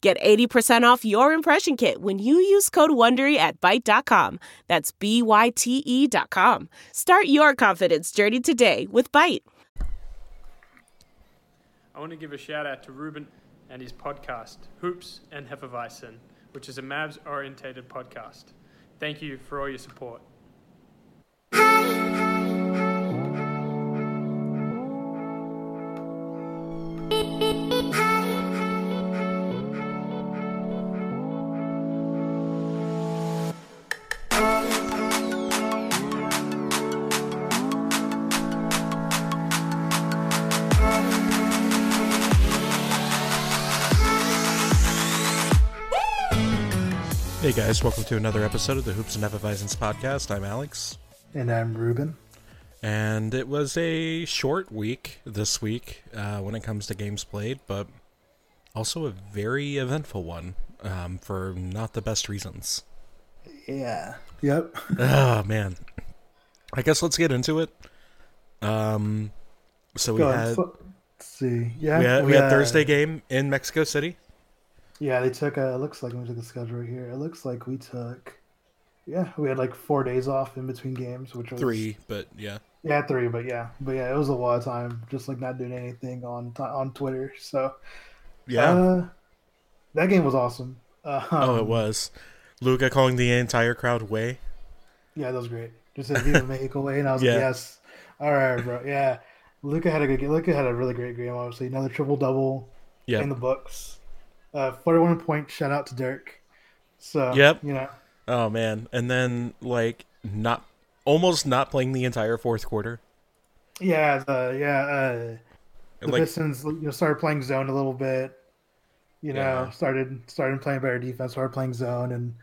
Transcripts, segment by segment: Get 80% off your impression kit when you use code WONDERY at Byte.com. That's B-Y-T-E E dot com. Start your confidence journey today with Byte. I want to give a shout out to Ruben and his podcast, Hoops and Hefeweizen, which is a Mavs orientated podcast. Thank you for all your support. Hey guys, welcome to another episode of the Hoops and Effervescence podcast. I'm Alex, And I'm Ruben. and it was a short week this week uh, when it comes to games played, but also a very eventful one um, for not the best reasons. Yeah. Yep. Oh man, I guess let's get into it. Um, so we Go ahead. had, Fu- Let's see. Yeah. we had we had uh, Thursday game in Mexico City. Yeah, they took. Uh, it looks like let me look at the schedule right here. It looks like we took. Yeah, we had like four days off in between games, which was Three, but yeah, Yeah, three, but yeah, but yeah, it was a lot of time just like not doing anything on ti on Twitter. So yeah. uh, that game was awesome. Uh, oh, it was Luca calling the entire crowd way. Yeah, that was great. Just said Viva Mexico way, and I was Yeah. like, yes, all right, bro. Yeah, Luca had a good. game. Luca had a really great game. Obviously, another triple double. Yeah, in the books. Uh, 41 point shout out to Dirk. So, Yep. you know, Oh man, and then like not almost not playing the entire fourth quarter. yeah, the, yeah, uh, the like Pistons you know, started playing zone a little bit. You know, Yeah. started started playing better defense, started playing zone, and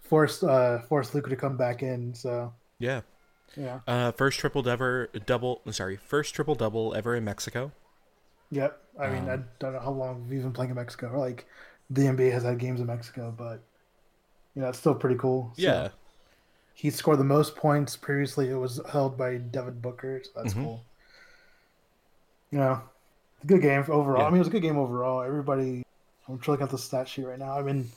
forced uh forced Luca to come back in. So, yeah, yeah, uh, first triple ever double. Sorry, first triple double ever in Mexico. yep. I Um, mean, I don't know how long we've been playing in Mexico. Or like, the NBA has had games in Mexico, but you know, it's still pretty cool. So, Yeah, he scored the most points previously. It was held by Devin Booker, so that's Mm-hmm. cool. Yeah, good game overall. Yeah. I mean, it was a good game overall. Everybody, I'm just looking at the stat sheet right now. I mean,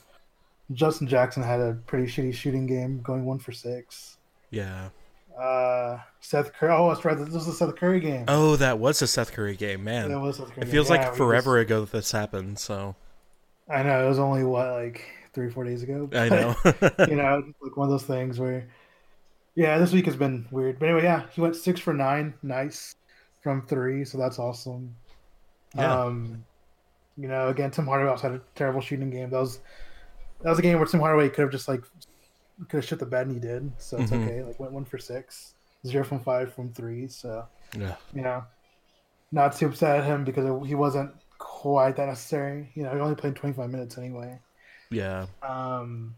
Justin Jackson had a pretty shitty shooting game, going one for six. yeah. Uh, Seth Curry. Oh, that's right. This was the Seth Curry game. Oh, that was a Seth Curry game, man. That was Seth Curry it feels game. like Yeah, we forever ago that this happened. So just- I know it was only what like three, four days ago. I know. you know, it's like one of those things where, yeah, this week has been weird. But anyway, yeah, he went six for nine, nice from three, so that's awesome. Yeah. Um, you know, again, Tim Hardaway also had a terrible shooting game. That was that was a game where Tim Hardaway could have just like could have shit the bed, and he did. So it's okay. Like went one for six, zero from five from three. So yeah. you know, not too upset at him because he wasn't quite that necessary. You know, he only played twenty five minutes anyway. yeah, Um,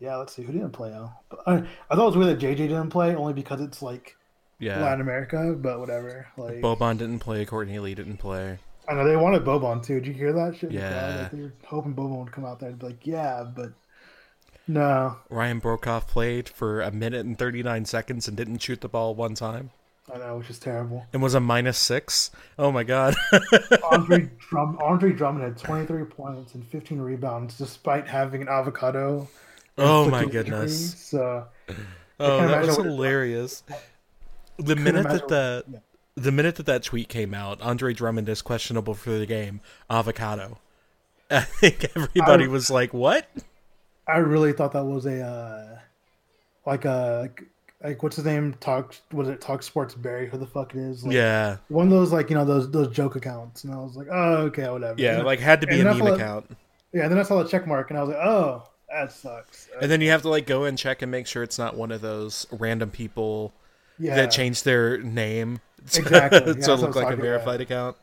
yeah, let's see who didn't play. Oh, But I, I thought it was weird that JJ didn't play only because it's like yeah. Latin America, but whatever. Like Boban didn't play. Courtney Lee didn't play. I know they wanted Boban too. Did you hear that shit? in the crowd? Yeah. like, they were hoping Boban would come out there and be like, yeah, but no, Ryan Brokoff played for a minute and thirty nine seconds and didn't shoot the ball one time. I know, which is terrible. And was a minus six. Oh my god. Andre Drum Andre Drummond had 23 points and 15 rebounds despite having an avocado. and oh my freaking injury. goodness. So Oh, can't that was imagine what- hilarious. The minute that imagine the what- yeah. the minute that that tweet came out, Andre Drummond is questionable for the game. Avocado. I think everybody I- was like, "What?" I really thought that was a uh, like a like, what's his name talk was it talk sports Barry who the fuck it is like, yeah, one of those like you know those those joke accounts and I was like oh okay whatever yeah. And- Like, had to be a and I meme thought- account, yeah and then I saw the check mark and I was like oh that sucks and then you have to like go and check and make sure it's not one of those random people yeah that changed their name to, Exactly. Yeah, to that's what look I'm like a talking about. verified account.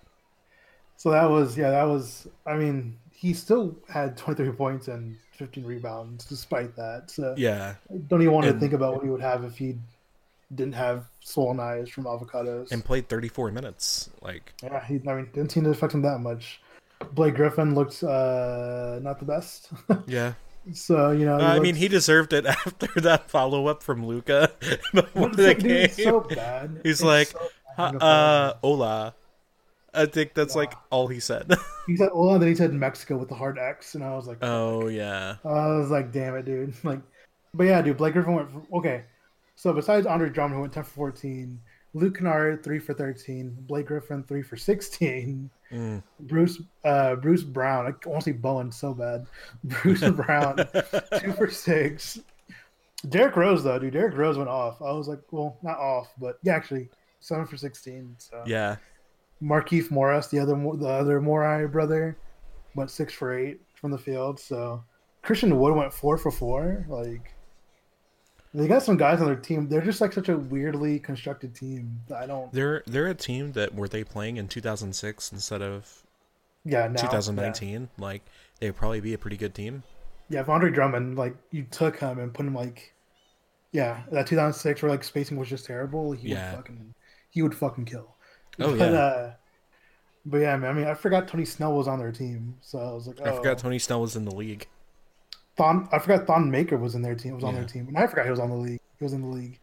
so that was yeah that was I mean he still had 23 points and 15 rebounds despite that. So Yeah. I don't even want And- to think about what he would have if he didn't have swollen eyes from avocados. And played 34 minutes. Like, yeah, he, I mean, didn't seem to affect him that much. Blake Griffin looked uh, not the best. yeah. so, you know. Uh, I looked- mean, he deserved it after that follow up from Luca before Dude, the game. it's so bad. He's It's like, so bad. "Ha- uh, hola. I think that's like all he said. he said, "Oh," and then he said Mexico with the hard X, and I was like, oh, yeah. I was like, damn it, dude. Like, but yeah, dude. Blake Griffin went from, okay. So besides Andre Drummond, who went ten for fourteen, Luke Kennard three for thirteen, Blake Griffin three for sixteen, Mm. Bruce uh, Bruce Brown. I want to say Bowen so bad. Bruce Brown two for six. Derrick Rose though, dude. Derrick Rose went off. I was like, well, not off, but yeah, actually seven for sixteen. So Yeah. Markeith Morris, the other the other Morai brother, went six for eight from the field. So Christian Wood went four for four. Like they got some guys on their team. They're just like such a weirdly constructed team. that I don't. They're they're a team that were they playing in 2006 instead of Yeah, now, 2019? Like they'd probably be a pretty good team. Yeah. yeah, if Andre Drummond, like you took him and put him like, yeah, that 2006 where like spacing was just terrible. He Yeah. would fucking he would fucking kill. Oh, but, yeah. Uh, but yeah, man. I mean, I forgot Tony Snell was on their team, so I was like, oh. I forgot Tony Snell was in the league. Thon, I forgot Thon Maker was in their team. Was on Yeah. their team, and I forgot he was on the league. He was in the league,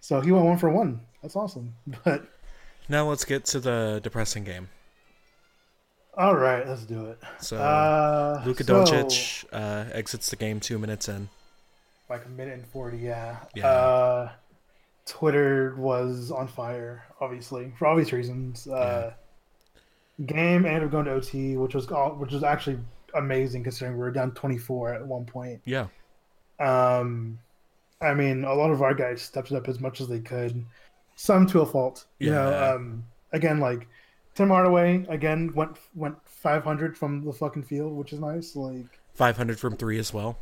so he went one for one. That's awesome. But Now let's get to the depressing game. all right, let's do it. So Uh, Luka so, Doncic uh, exits the game two minutes in. like a minute and forty. Yeah. Yeah. Uh, Twitter was on fire, obviously for obvious reasons. Uh, Game ended up going to OT, which was all, which was actually amazing considering we were down twenty four at one point. Yeah. Um, I mean, a lot of our guys stepped it up as much as they could, some to a fault. You Yeah. know, um, again, like Tim Hardaway again went went 500 from the fucking field, which is nice. Like, 500 from three as well.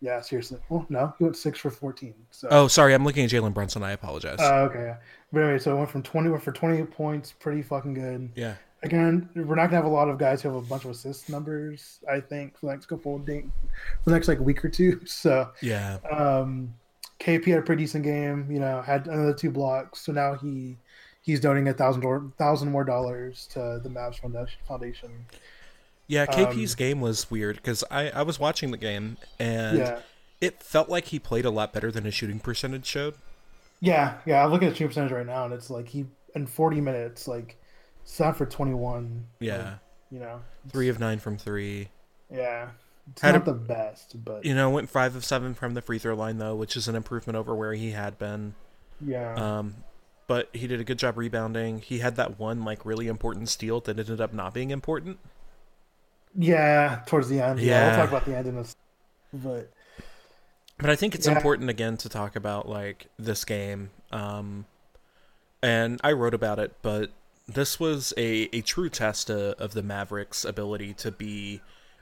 yeah, seriously. Well, no, he went six for 14. So, Oh, sorry. I'm looking at Jalen Brunson. I apologize. Uh, okay. Yeah. But anyway, so it went from 20 went for 28 points, pretty fucking good. yeah. Again, we're not gonna have a lot of guys who have a bunch of assist numbers. I think for the next couple of days, for the next like week or two. So. Yeah. um, KP had a pretty decent game. You know, had another two blocks. So now he he's donating a thousand or thousand more dollars to the Mavs Foundation- Foundation. Yeah. KP's game was weird because I, I was watching the game and Yeah, it felt like he played a lot better than his shooting percentage showed. yeah, yeah. I'm looking at shooting percentage right now, and it's like he in 40 minutes, like seven for 21. Yeah. you know, Three of nine from three. yeah. It's Had not a- the best, but You know, went five of seven from the free throw line, though, which is an improvement over where he had been. yeah, Um, but he did a good job rebounding. He had that one, like, really important steal that ended up not being important. yeah. Towards the end, yeah. Yeah. We'll talk about the end in this, but But I think it's Yeah. important again to talk about like this game. Um, and I wrote about it, but this was a, a true test uh, of the Mavericks' ability to be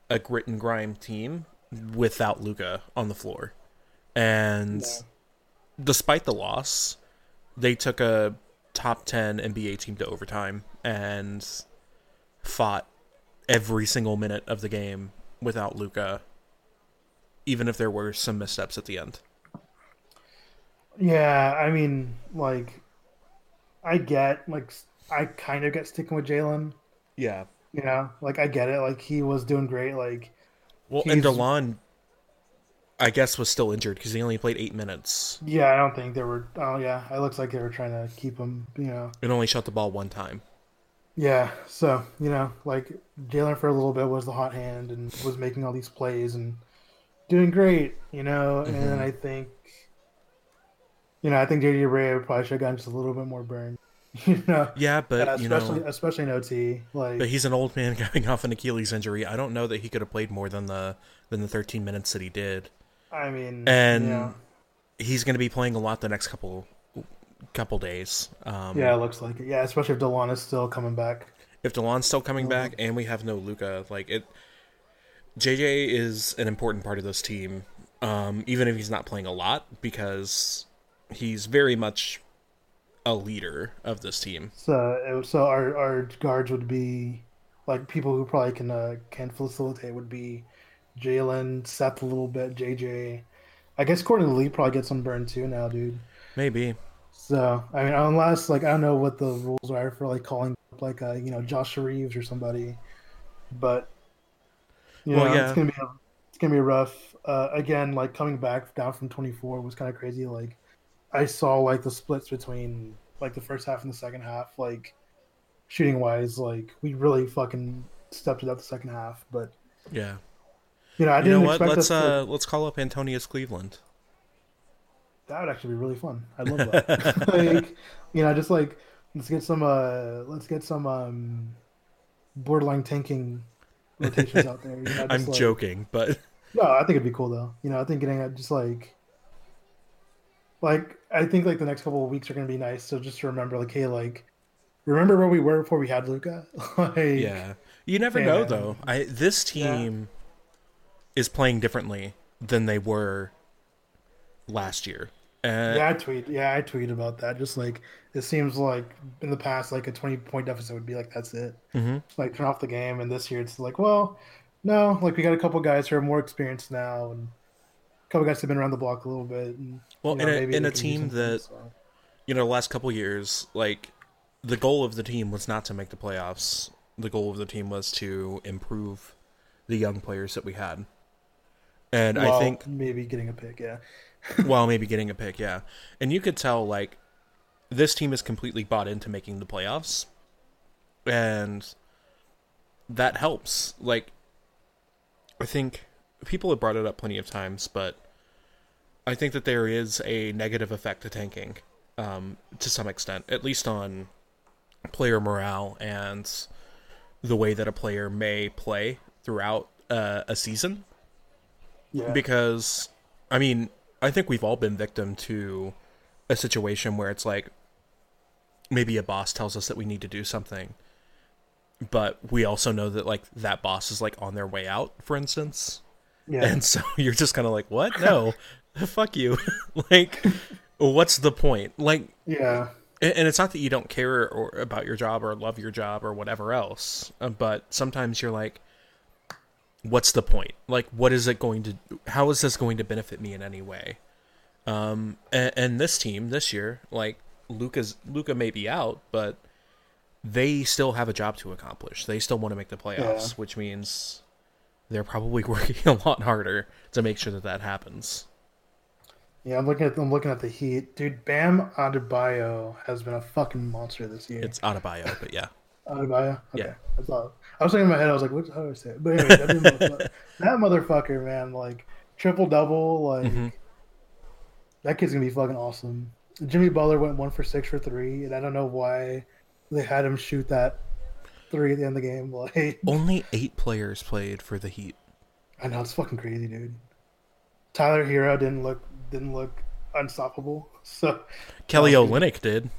a grit and grime team without Luca on the floor. And despite the loss, they took a top 10 NBA team to overtime and fought every single minute of the game without Luca, even if there were some missteps at the end. Yeah, I mean, like, I get like I kind of get sticking with Jalen. Yeah. You know, like I get it. Like he was doing great. Like Well, and He's- DeLon, I guess, was still injured because he only played eight minutes yeah, I don't think there were. Oh yeah, it looks like they were trying to keep him. You know. and only shot the ball one time. Yeah. So you know, like Jalen for a little bit was the hot hand and was making all these plays and doing great. You know, and Mm-hmm. then I think. You know, I think JD Ray probably should have gotten just a little bit more burn. You know, Yeah, but you especially know, especially in OT. Like, but he's an old man coming off an Achilles injury. I don't know that he could have played more than the than the 13 minutes that he did. I mean, And yeah. he's going to be playing a lot the next couple couple days. Um, Yeah, it looks like it. Yeah, especially if Delon is still coming back. if DeLon's still coming Uh-huh. back and we have no Luca, like it, JJ is an important part of this team. Um, even if he's not playing a lot, because he's very much a leader of this team. So, it, was- so our, our guards would be like people who probably can uh, can facilitate would be Jalen, Seth a little bit, JJ. I guess Courtney Lee probably gets some burn too now, dude. Maybe. So I mean, unless like I don't know what the rules are for like calling up, like uh, you know Joshua Reeves or somebody, but you Well, know, yeah. it's gonna be it's gonna be rough. Uh, again, like coming back down from 24 was kind of crazy. Like I saw like the splits between like the first half and the second half, like shooting wise, like we really fucking stepped it up the second half. But Yeah. you know, I You know didn't what? expect Let's us. to- uh let's call up Antonius Cleveland. That would actually be really fun. I love that. like, you know, just like let's get some uh let's get some um borderline tanking rotations out there. You know, just I'm like- joking, but No, I think it'd be cool though. You know, I think getting uh, just like like I think like the next couple of weeks are gonna be nice. So just to remember, like, hey, like remember where we were before we had Luca. like, yeah. You never know And- though. I this team is playing differently than they were last year. Uh, And Yeah, I tweet. Yeah, I tweet about that. Just like it seems like in the past, like a twenty-point deficit would be like that's it. Mhm. Like turn off the game. And this year, it's like, well, no, like we got a couple guys who are more experienced now, and a couple guys have been around the block a little bit. And, Well, you in a- maybe in they a can do team something, that- so. you know, last couple years, like the goal of the team was not to make the playoffs. The goal of the team was to improve the young players that we had. And I Well, think maybe getting a pick. Yeah, while maybe getting a pick, yeah. And you could tell like this team is completely bought into making the playoffs. And that helps. Like I think people have brought it up plenty of times, but I think that there is a negative effect to tanking um, to some extent, at least on player morale and the way that a player may play throughout uh, a season yeah. because I mean, I think we've all been victim to a situation where it's like maybe a boss tells us that we need to do something, but we also know that like that boss is like on their way out, for instance. yeah. And so you're just kind of like, "What? No. Fuck you." like what's the point? Like yeah. and and it's not that you don't care or about your job or love your job or whatever else, uh, but sometimes you're like, what's the point? Like, what is it going to? How is this going to benefit me in any way? Um, and, and this team this year, like Luca's Luca may be out, but they still have a job to accomplish. They still want to make the playoffs, Yeah. which means they're probably working a lot harder to make sure that that happens. Yeah, I'm looking at I'm looking at the Heat, dude. Bam Adebayo has been a fucking monster this year. It's out of bio, but yeah. Adebayo? Okay. Yeah. I thought I was thinking in my head, I was like, what how do I say it? But anyway, that, dude motherfucker, that motherfucker, man, like triple double, like that kid's gonna be fucking awesome. Jimmy Butler went one for six for three, and I don't know why they had him shoot that three at the end of the game. Like Only eight players played for the Heat. I know it's fucking crazy, dude. Tyler Hero didn't look didn't look unstoppable. So Kelly Um, Olynyk did.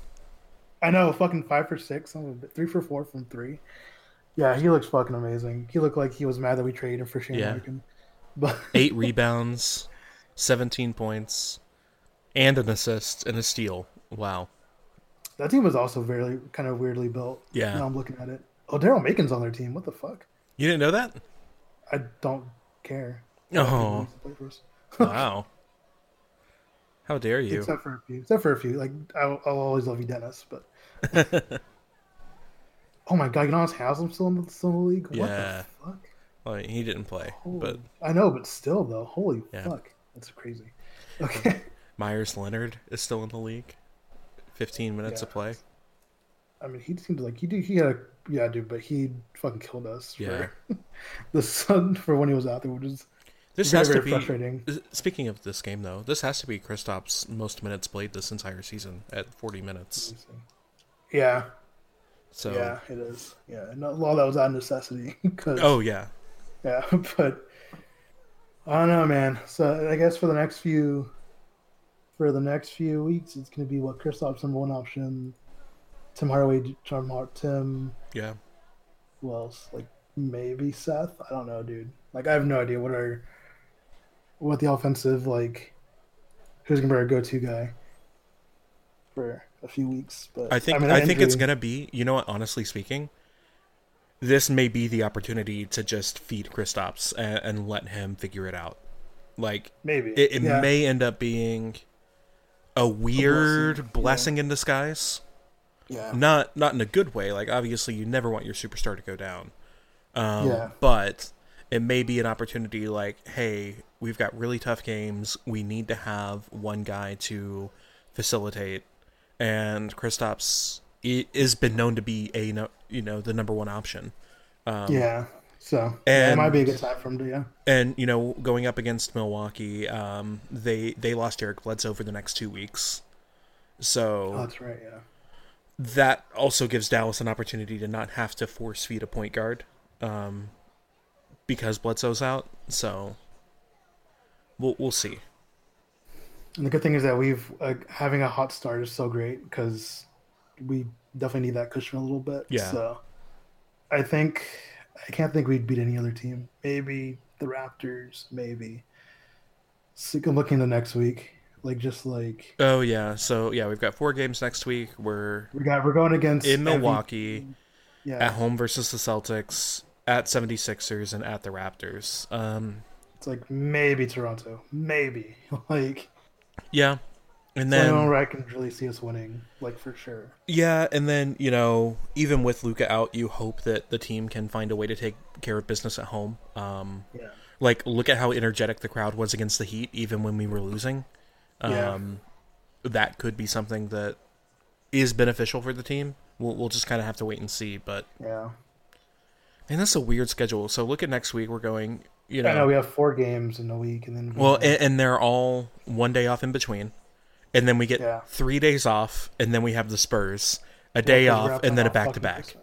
I know, fucking five for six, son of a bi- three for four from three. Yeah, he looks fucking amazing. He looked like he was mad that we traded him for Shane Yeah. Larkin. But Eight rebounds, seventeen points, and an assist and a steal. Wow. that team was also very kind of weirdly built. Yeah. Now I'm looking at it. Oh, Daryl Macon's on their team. What the fuck? You didn't know that? I don't care. He Oh. used to play for us. wow. How dare you? Except for a few. Except for a few. Like I'll, I'll always love you, Dennis. But oh my god, you know how Haslam still in the, still in the league? What Yeah. the fuck? Well, he didn't play, but I know, but still though, holy Yeah. fuck, that's crazy. Okay. Myers Leonard is still in the league. Fifteen minutes Yeah. of play. I mean, he seemed like he did. He had a yeah, dude, but he fucking killed us. for- Yeah. the sun for when he was out there, which is This Very, has to very be. Uh, frustrating. Speaking of this game, though, this has to be Kristaps' most minutes played this entire season at 40 minutes. yeah, So, yeah, it is. Yeah, and a lot of that was out of necessity. 'cause- oh yeah, yeah, but I don't know, man. So I guess for the next few, for the next few weeks, it's gonna be what Kristaps number one option, Tim Hardaway, John Hart, Tim. yeah. Who else? Like maybe Seth. I don't know, dude. Like I have no idea what our what the offensive like who's gonna be our go to guy for a few weeks. But I think I, mean, that think it's injury- gonna be. You know what? Honestly speaking, this may be the opportunity to just feed Kristaps and, and let him figure it out. Like Maybe it, it Yeah. may end up being a weird blessing, in disguise. Yeah. Not not in a good way. Like obviously you never want your superstar to go down. Um, Yeah. But it may be an opportunity like, hey, we've got really tough games. We need to have one guy to facilitate. And Kristaps i- is been known to be a no- you know the number one option. yeah. So um, and- it might be a good time for him to yeah. And you know going up against Milwaukee, um, they they lost Eric Bledsoe for the next two weeks. So Oh, that's right. Yeah. that also gives Dallas an opportunity to not have to force feed a point guard um, because Bledsoe's out. So we'll we'll see. And the good thing is that we've uh, having a hot start is so great because we definitely need that cushion a little bit. Yeah. So I think I can't think we'd beat any other team. Maybe the Raptors. Maybe. So I'm looking the next week, like just like Oh yeah, so yeah, we've got four games next week. We're we got. We're going against in every- Milwaukee at yeah. home versus the Celtics, at 76ers and at the Raptors. Um, It's like maybe Toronto. Maybe like yeah. And then, then the only one where I can really see us winning, like for sure. Yeah, and then you know, even with Luca out, you hope that the team can find a way to take care of business at home. Um, Yeah. like look at how energetic the crowd was against the Heat, even when we were losing. Yeah. Um, that could be something that is beneficial for the team. We'll, we'll just kind of have to wait and see. But Yeah. and that's a weird schedule. So look at next week. We're going, you know, I know we have four games in a week, and then well, and, and they're all one day off in between, and then we get Yeah. three days off, and then we have the Spurs, a day off, and then a back to back.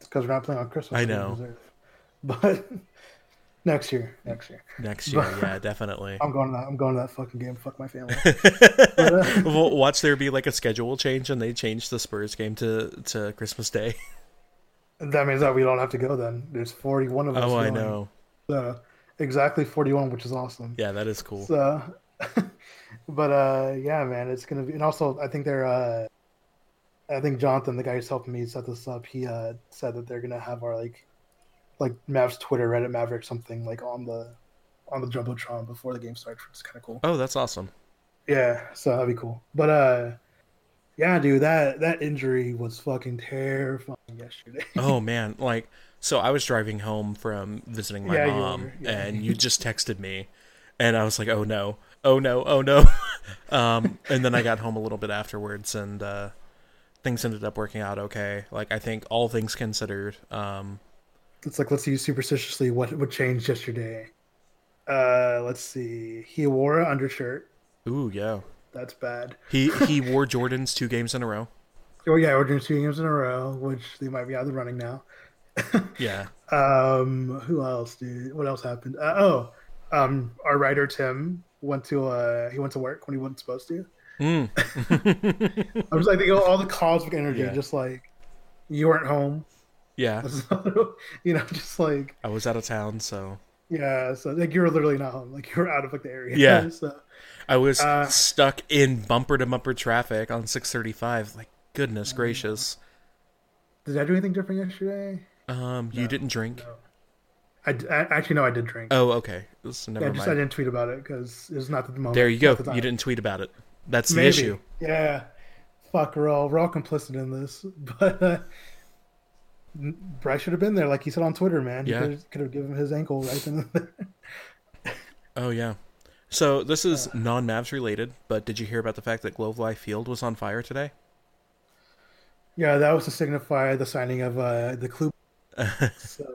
because we're not playing on Christmas. I we know. deserve. But next year, next year, Next year, yeah, definitely. I'm going to that. I'm going to that fucking game. Fuck my family. well, watch there be like a schedule change, and they change the Spurs game to to Christmas Day. that means that we don't have to go then. There's 41 of us. Oh, I going. know. So, exactly 41, which is awesome. Yeah, that is cool. So, but uh, yeah, man, it's gonna be. And also, I think they're. Uh, I think Jonathan, the guy who's helping me set this up, he uh, said that they're gonna have our like, like Mavs Twitter, Reddit Maverick, something like on the, on the jumbotron before the game starts, which is kind of cool. Oh, that's awesome. Yeah, so that'd be cool. But uh, yeah, dude, that that injury was fucking terrifying yesterday. Oh man, like so I was driving home from visiting my Yeah, you mom were, yeah. and you just texted me and I was like, "Oh no. Oh no. Oh no." um and then I got home a little bit afterwards and uh things ended up working out okay. Like I think all things considered, um It's like let's see superstitiously what what changed yesterday. Uh, let's see. He wore an undershirt. ooh, yeah. That's bad. He he wore Jordan's two games in a row. Oh yeah, we're doing two games in a row, which they might be out of the running now. Yeah. Um, who else, dude? What else happened? Uh, oh, um, our writer Tim went to uh he went to work when he wasn't supposed to. Mm. I was like, they go all the cosmic energy, Yeah. just like you weren't home, Yeah. so, you know, just like I was out of town, so yeah, so like you were literally not home, like you were out of like the area. Yeah. so I was Uh, stuck in bumper to bumper traffic on 635. Like Mm. goodness gracious. did I do anything different yesterday? Um you didn't drink? I, d- I- actually no, I did drink. Oh, okay. So never yeah, just I mind. didn't tweet about it because it was not the moment. There you go. not the You time. didn't tweet about it. That's the Maybe. issue. Yeah. Fuck, we're all we're all complicit in this. But uh, n- Bryce should have been there, like he said on Twitter, man. Yeah. He could have given him his ankle right then. and there. Oh yeah. So this is Uh. non Mavs related, but did you hear about the fact that Globe Life Field was on fire today? yeah, that was to signify the signing of uh, the clue. so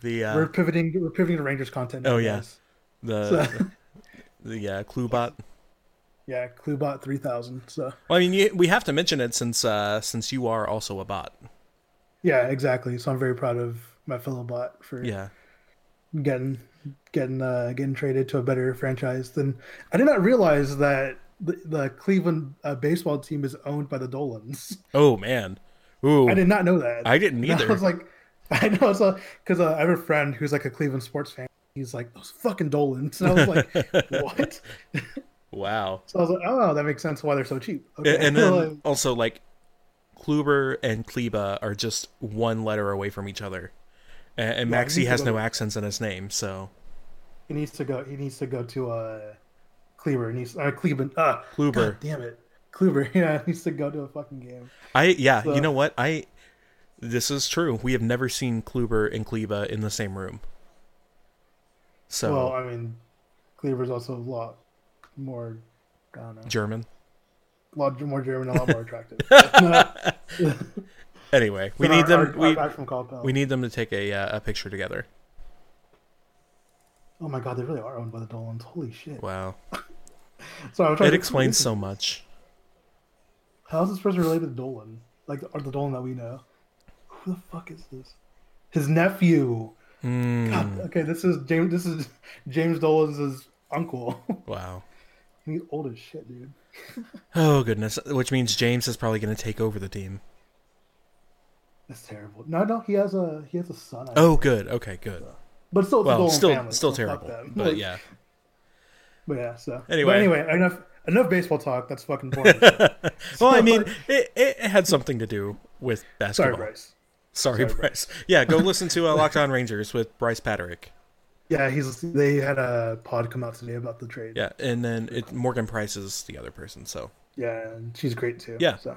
The uh, we're pivoting. We're pivoting to Rangers content. now, Oh, yeah. guys. the the uh, Cluebot. Yeah, Cluebot three thousand. So Well, I mean, you, we have to mention it since uh, since you are also a bot. yeah, exactly. So I'm very proud of my fellow bot for Yeah. getting getting uh, getting traded to a better franchise than I did not realize that the, the Cleveland uh, baseball team is owned by the Dolans. Oh man. Ooh. I did not know that. I didn't And either. I was like, I know, so because uh, I have a friend who's like a Cleveland sports fan. He's like those fucking Dolans, and I was like, what? wow. So I was like, oh, that makes sense why they're so cheap. A- And then Like, also like Kluber and Kleba are just one letter away from each other. And, and Yeah, Maxi he's has gonna- no accents in his name, so He needs to go. He needs to go to uh, Cleaver. He needs uh, Cleveland. Uh, Kluber. God damn it, Cleaver. Yeah, he needs to go to a fucking game. I yeah, So- you know what? I this is true. We have never seen Kluber and Kleba in the same room. So Well, I mean, Cleaver's also a lot more. I don't know. German. lot more German, a lot more attractive. Anyway, we Than need our- them. our- we, our guy from Coppell. we need them to take a uh, a picture together. Oh my god, they really are owned by the Dolans. Holy shit! Wow, So I'm trying it to- explains so much. How is this person related to Dolan? Like, or the Dolan that we know? Who the fuck is this? His nephew. Hmm. God, okay, this is James. This is James Dolan's uncle. Wow. He's old as shit, dude. Oh goodness, which means James is probably going to take over the team. That's terrible. No, no, he has a he has a son. I Oh, think. good. Okay, good. but still, it's the Well, Dolan still, family, still so fuck terrible. them. But Like, yeah, but yeah. So Anyway. but anyway, enough enough baseball talk. That's fucking boring. well, I mean, it, it had something to do with Sorry, basketball. Bryce. Sorry, Sorry, Bryce. Yeah, go listen to uh, Locked On Rangers with Bryce Patrick. Yeah, he's. They had a pod come out today about the trade. Yeah, and then it, Morgan Price is the other person. So yeah, and she's great too. Yeah. So.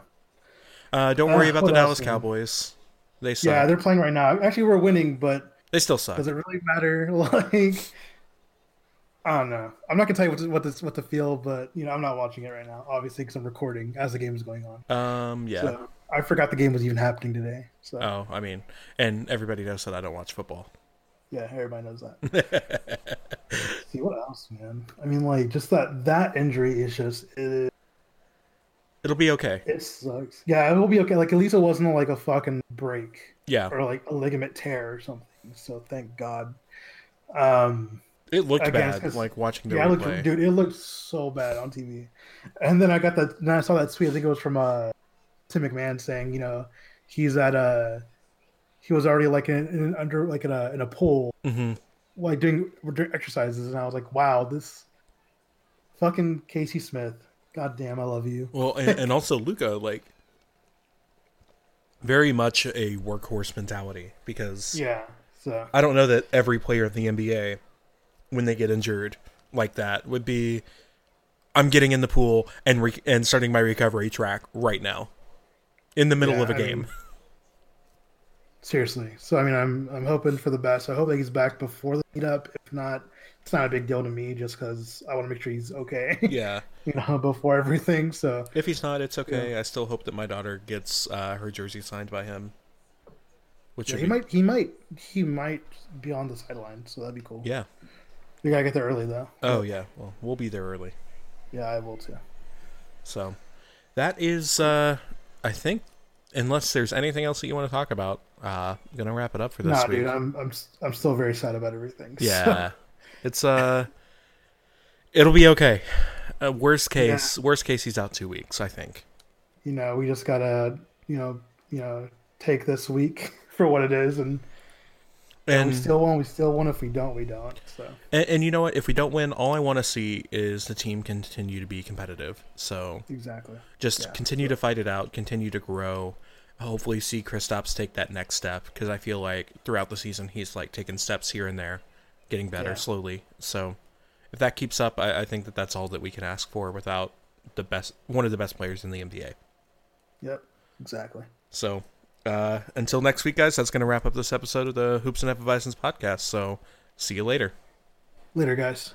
uh, don't worry Uh, about what the else, Dallas man? Cowboys. They suck. Yeah, they they're playing right now. Actually, we're winning, but still suck. does it really matter? Like, I don't know. I'm not gonna tell you what to, what this what to feel, but you know, I'm not watching it right now, obviously, because I'm recording as the game is going on. Um, yeah. So I forgot the game was even happening today. So Oh, I mean, and everybody knows that I don't watch football. yeah, everybody knows that. See what else, man? I mean, like, just that that injury is just it, It'll be okay. it sucks. Yeah, it will be okay. Like, at least it wasn't like a fucking break. Yeah, or like a ligament tear or something. So thank God. Um, it looked I guess bad. 'cause- Like watching the yeah, it replay. looked, dude, it looked so bad on TV. And then I got that. Then I saw that tweet. I think it was from uh, Tim McMahon saying, you know, he's at a he was already like in, in an under like in a in a pool, Mhm. like doing, doing exercises. And I was like, wow, this fucking Casey Smith. God damn, I love you. Well, and, and also Luca, like very much a workhorse mentality because Yeah. So I don't know that every player in the NBA, when they get injured like that, would be, I'm getting in the pool and re- and starting my recovery track right now, in the middle Yeah, of a I game. mean- Seriously. So I mean, I'm I'm hoping for the best. I hope that he's back before the meetup. If not, it's not a big deal to me, just because I want to make sure he's okay. yeah, you know, before everything. So if he's not, it's okay. I still hope that my daughter gets uh, her jersey signed by him. Which yeah, would he be, might he might he might be on the sideline. So that'd be cool. yeah. You gotta get there early though. Oh yeah. Well, we'll be there early. Yeah, I will too. So that is, uh, I think, unless there's anything else that you want to talk about, uh, I'm gonna wrap it up for this Nah, week. dude, I'm I'm s- I'm still very sad about everything. so- Yeah, it's uh, it'll be okay. Uh, worst case, worst case, he's out two weeks. I think. you know, we just gotta you know you know take this week for what it is, and And we still won't. We still won't. If we don't, we don't. So and, and you know what? If we don't win, all I want to see is the team continue to be competitive. So exactly. just continue to fight it out, continue to grow. Hopefully, see Kristaps take that next step because I feel like throughout the season he's like taking steps here and there, getting better Yeah. slowly. So if that keeps up, I, I think that that's all that we can ask for without the best one of the best players in the NBA. Yep. Exactly. So uh, until next week, guys, that's going to wrap up this episode of the Hoops and Epivisons podcast. So see you later. Later, guys.